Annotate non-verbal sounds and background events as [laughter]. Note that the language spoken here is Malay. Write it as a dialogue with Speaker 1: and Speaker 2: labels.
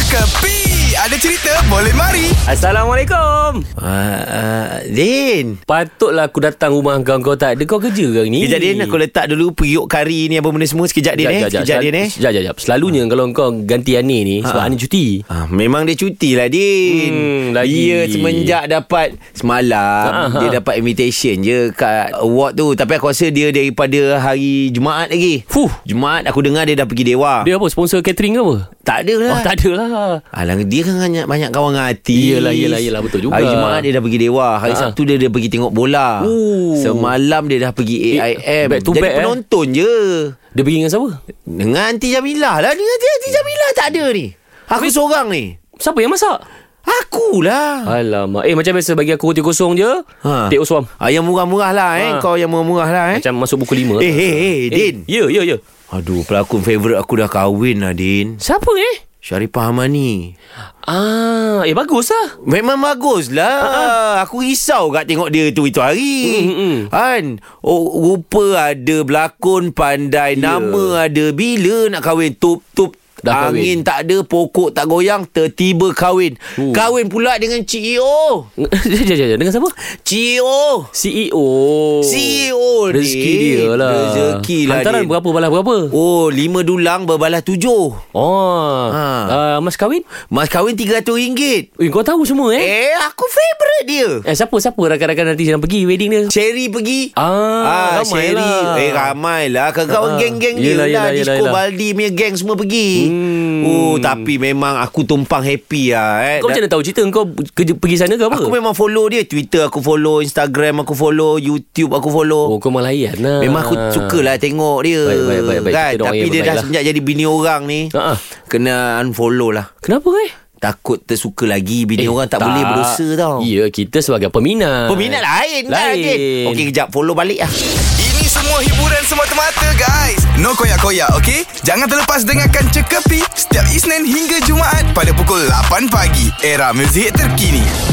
Speaker 1: Kepi Ada cerita boleh mari
Speaker 2: Assalamualaikum
Speaker 3: Ah, ah, Din
Speaker 2: Patutlah aku datang rumah kau Kau tak ada Kau kerja ke hari ni
Speaker 3: Kejap Din Aku letak dulu Periuk kari ni Apa benda semua Sekejap Din eh Sekejap Din eh
Speaker 2: Sekejap sekejap Selalunya kalau kau ganti Ani ni Sebab
Speaker 3: Ha.
Speaker 2: Ani cuti
Speaker 3: Ah, memang dia cuti lah Din
Speaker 2: Hmm, lagi.
Speaker 3: Dia semenjak dapat Semalam
Speaker 2: Ah,
Speaker 3: Dia
Speaker 2: ah.
Speaker 3: dapat invitation je Kat award tu Tapi aku rasa dia daripada Hari Jumaat lagi
Speaker 2: Fuh.
Speaker 3: Jumaat aku dengar dia dah pergi dewa
Speaker 2: Dia apa sponsor catering ke apa
Speaker 3: Tak ada lah
Speaker 2: Oh tak adalah
Speaker 3: Alang dia kan banyak, banyak kawan dengan artis
Speaker 2: Yelah, yelah, yelah, betul juga.
Speaker 3: Hari Jumaat dia dah pergi Dewa Hari
Speaker 2: Ha.
Speaker 3: Sabtu dia dah pergi tengok bola
Speaker 2: Ooh.
Speaker 3: Semalam dia dah pergi
Speaker 2: Eh,
Speaker 3: AIM
Speaker 2: back to
Speaker 3: Jadi
Speaker 2: back, eh.
Speaker 3: penonton je
Speaker 2: Dia pergi dengan siapa
Speaker 3: Dengan Aunty Jamilah lah Dengan Aunty, Aunty Jamilah tak ada ni Aku seorang ni
Speaker 2: Siapa yang masak
Speaker 3: Akulah
Speaker 2: Alamak Eh macam biasa Bagi aku roti kosong je ha. Teh oswam
Speaker 3: ha, Yang murah-murah lah eh
Speaker 2: Ha.
Speaker 3: Kau yang murah-murah lah eh
Speaker 2: Macam masuk pukul 5
Speaker 3: Eh, eh, eh, Din.
Speaker 2: Ya ya ya
Speaker 3: Aduh pelakon favourite aku dah kahwin lah Din
Speaker 2: Siapa eh
Speaker 3: Syarifah Hamani
Speaker 2: Ah, Eh bagus lah [laughs]
Speaker 3: Memang bagus lah Aku risau kat tengok dia tu itu hari
Speaker 2: Mm, mm, mm.
Speaker 3: Kan oh, Rupa ada Berlakon pandai yeah. Nama ada Bila nak kahwin Tup-tup
Speaker 2: Ya. Dah kahwin.
Speaker 3: Angin tak ada Pokok tak goyang Tertiba kahwin
Speaker 2: Ooh.
Speaker 3: Kahwin pula dengan E CEO
Speaker 2: Sekejap sekejap sekejap. Dengan siapa
Speaker 3: CEO
Speaker 2: CEO
Speaker 3: CEO ni.
Speaker 2: Oh. Rezeki dia lah
Speaker 3: E Rezeki lah
Speaker 2: Hantaran
Speaker 3: dia.
Speaker 2: berapa balas berapa
Speaker 3: Oh lima dulang berbalas tujuh
Speaker 2: Oh
Speaker 3: Ha.
Speaker 2: ha. uh, Mas kahwin
Speaker 3: Mas kahwin RM300
Speaker 2: Eh kau tahu semua eh
Speaker 3: Eh aku favourite dia
Speaker 2: Eh siapa siapa rakan-rakan nanti yang pergi wedding dia
Speaker 3: Cherry pergi
Speaker 2: Ah, ah ramai
Speaker 3: Sherry.
Speaker 2: lah
Speaker 3: Eh ramai lah Kawan-kawan
Speaker 2: Ah.
Speaker 3: geng-geng dia
Speaker 2: Yelah,
Speaker 3: lah
Speaker 2: yelah, yelah,
Speaker 3: Disco
Speaker 2: yelah.
Speaker 3: Baldi punya geng semua pergi
Speaker 2: Hmm.
Speaker 3: Oh tapi memang aku tumpang happy lah eh.
Speaker 2: Kau macam
Speaker 3: Dan-
Speaker 2: mana tahu cerita kau kerja, pergi sana ke apa
Speaker 3: Aku memang follow dia Twitter aku follow Instagram aku follow YouTube aku follow
Speaker 2: Oh kau memang layan lah
Speaker 3: Memang aku sukalah tengok dia
Speaker 2: Baik, baik, baik, baik.
Speaker 3: kan?
Speaker 2: Kita doa
Speaker 3: Tapi
Speaker 2: yang
Speaker 3: dia
Speaker 2: baik
Speaker 3: dah
Speaker 2: lah.
Speaker 3: semenjak jadi bini orang ni
Speaker 2: Ha, ha.
Speaker 3: Kena unfollow lah
Speaker 2: Kenapa eh
Speaker 3: Takut tersuka lagi Bini Eh, orang tak, boleh berdosa tau
Speaker 2: Ya kita sebagai peminat
Speaker 3: Peminat lain, kan
Speaker 2: Lain.
Speaker 3: Din? Okey kejap follow balik lah
Speaker 1: Ini semua hiburan semata-mata guys No koyak-koyak ok Jangan terlepas dengarkan Cekapi Setiap Isnin hingga Jumaat Pada pukul 8 pagi Era muzik terkini